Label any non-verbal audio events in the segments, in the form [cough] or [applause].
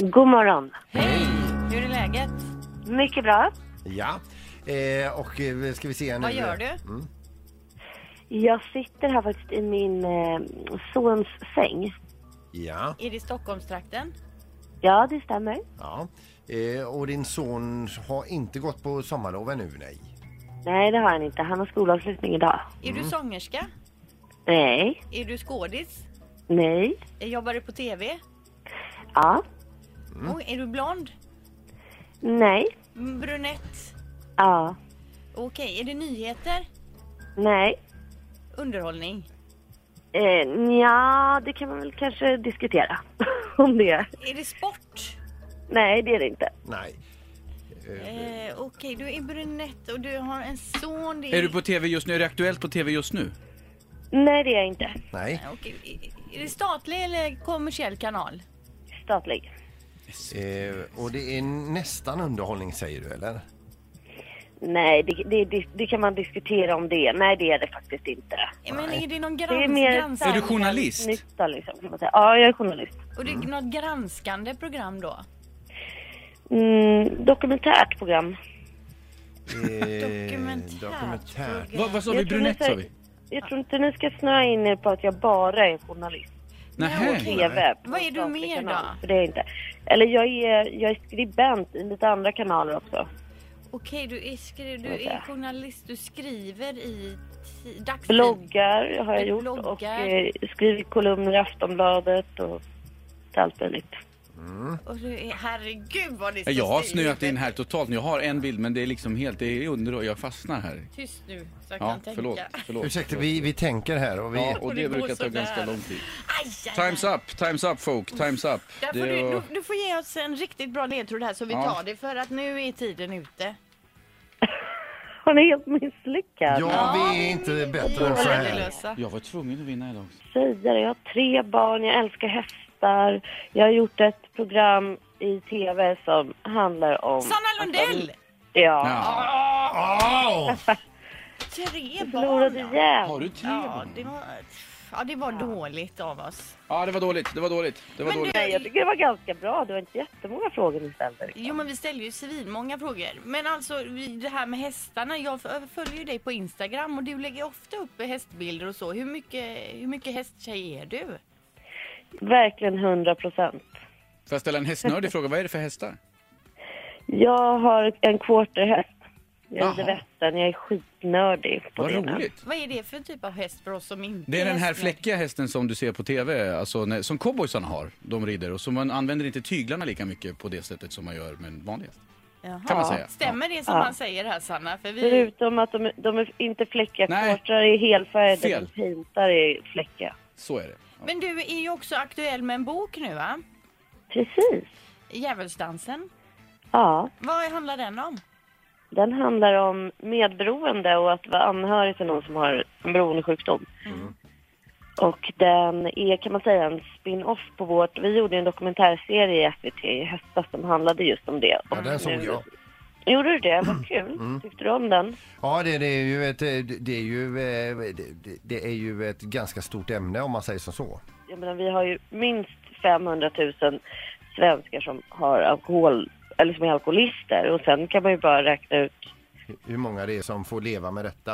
God morgon. Hej! Hur är läget? Mycket bra. Ja. Eh, och eh, ska vi se här nu. Vad gör du? Jag sitter här faktiskt i min eh, sons säng. Ja. Är det i Stockholmstrakten? Ja, det stämmer. ja. Eh, och din son har inte gått på sommarlov ännu, nej. Nej, det har han inte. Han har skolavslutning idag. Är Mm. du sångerska? Nej, Är du skådis? Eh, nej, Jobbar du på TV? ja, Mm. Oj, är du blond? nej, Mm, Brunett? ja, Okej, är det nyheter? nej. Underhållning? Eh, ja, det kan man väl kanske diskutera. [laughs] Om det är. Är det sport? Nej, det är det inte. Nej. Eh, Eh, Okej, du är brunett och du har en son. Det Är du på tv just nu? Är det aktuellt på tv just Eh, nu? Nej, det är jag inte. nej. Eh, Okej, är- Är det statlig eller kommersiell kanal? Statlig. Eh, och det är nästan underhållning, säger du, eller? Eh, Nej, det, det, det, det kan man diskutera om det är. Nej, det är det faktiskt inte. Eh, Men är det någon grans- Det är mer... Är granskande? du journalist? Mm. Nytta, liksom, kan man säga. Ja, jag är journalist. Och det är något granskande program då? Mm, dokumentärt program. Dokumentärt. dokumentärt. Eh, Vad vad sa vi? Jag tror Brunett inte- sa vi? Jag tror inte ni ska snöa in er på att jag bara är journalist. Nähä. okej. TV. på Vad är du statlig mer kanal, då? För det är jag inte. Eller jag är, jag är skribent i lite andra kanaler också. Okej, du, är, skri- du är Vänta. journalist, du skriver i ti- dagstid. Bloggar har jag Du gjort och bloggar. eh, skrivit kolumner i Aftonbladet och allt möjligt. Och du är, herregud vad det står Jag har stiligt. snöat in här totalt nu. Jag har en bild men det är liksom helt, det är underhåll. Jag fastnar här. Tyst nu, så jag Ja, kan tänka. förlåt. förlåt. Ursäkta, vi, vi tänker här och vi... Ja, och det går det brukar ta sådär. ganska lång tid. Aj, aj, aj. Time's up, time's up folk, time's up. Där Det får du, var- du, du får ge oss en riktigt bra ledtråd här så vi Ja. tar det för att nu är tiden ute. Han är helt misslyckad. Ja, vi är inte bättre än så här. Värdelösa. Jag var tvungen att vinna idag. också. Säger det. jag har tre barn, jag älskar hästar. Jag har gjort ett program i tv som handlar om... Sanna Lundell! Ja. Ja. Åh! Tre Förlorade barn! ja. igen. Har du tre? Ja, barn? det var, ja, det var dåligt av oss. Ja, det var dåligt, det var dåligt. Det var Men du- dåligt. Nej, jag tycker det var ganska bra. Det var inte jättemånga frågor ni ställde. riktigt. Jo men vi ställer ju svinmånga frågor. Men alltså vi- det här med hästarna. Jag f- följer ju dig på Instagram och du lägger ofta upp hästbilder och så. Hur mycket, hur mycket hästtjej är du? Verkligen 100 procent. Får jag ställa en hästnördig fråga? Vad är det för hästar? Jag har en quarterhäst. Jag Jaha. rider västern. Jag är skitnördig på Vad det. nu. roligt. Vad är det för typ av häst för oss som inte Det är den här hästnördiga? fläckiga hästen som du ser på tv, alltså när, som cowboysarna har. De rider och som man använder inte tyglarna lika mycket på det sättet som man gör med en vanlig häst. Jaha. Kan man säga. Stämmer det som Ja. han säger här Sanna? För vi... Förutom att de, de är inte fläckiga. Nej. Quartrar är helfärgade. Fel. och Pintar är fläckiga. Så är det. Ja. Men du är ju också aktuell med en bok nu va? Precis. Djävulsdansen. Ja. Vad handlar den om? Den handlar om medberoende och att vara anhörig till någon som har en beroendesjukdom. Och den är kan man säga en spin-off på vårt, vi gjorde en dokumentärserie i SVT i höstas som handlade just om det. Ja, den såg nu- jag. Gjorde du det? Vad kul. Tyckte du om den? Ja, det, det är ju ett, eh, det är ju, eh, det- det, det är ju ett ganska stort ämne om man säger som så. Jag menar, vi har ju minst 500 000 svenskar som har alkohol, eller som är alkoholister och sen kan man ju bara räkna ut Hur många det är som får leva med detta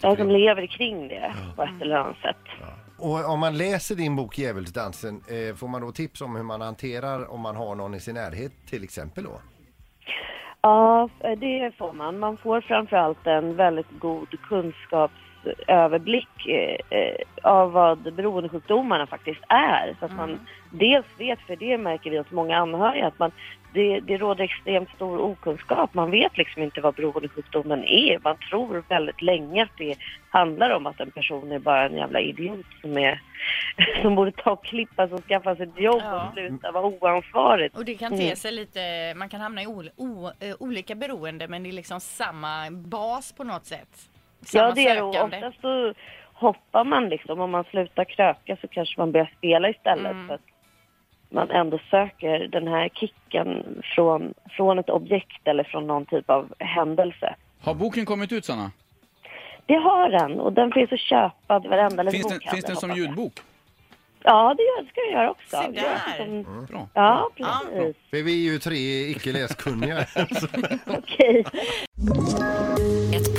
de som omkring. lever kring det på ett eller annat sätt. Och om man läser din bok Djävulsdansen, eh, får man då tips om hur man hanterar om man har någon i sin närhet till exempel då? Ja, det får man. Man får framförallt en väldigt god kunskapsöverblick eh, eh, av vad beroendesjukdomarna faktiskt är. Så att man dels vet, för det märker vi hos många anhöriga, att man, det, det råder extremt stor okunskap. Man vet liksom inte vad beroendesjukdomen är. Man tror väldigt länge att det handlar om att en person är bara en jävla idiot som, är, [laughs] som borde ta och klippa sig och skaffa sig ett jobb Ja. och sluta vara oansvarig. Och det kan Mm. te sig lite, man kan hamna i ol, o, eh, olika beroende men det är liksom samma bas på något sätt. Samma Ja, det är det. Och sökande. Oftast så hoppar man liksom. Om man slutar kröka så kanske man börjar spela istället. Mm. För att man ändå söker den här kicken från, från ett objekt eller från någon typ av händelse. Har boken kommit ut Sanna? Det har den och den finns att köpa i varenda liten Finns den, bokhandel, finns den som hoppas jag. ljudbok? Ja, det gör- det ska jag göra också. Se Jag vet där. inte om- Mm. Bra. Ja, Ja. precis. För Vi är ju tre icke läskunniga. [laughs] Okej. Ett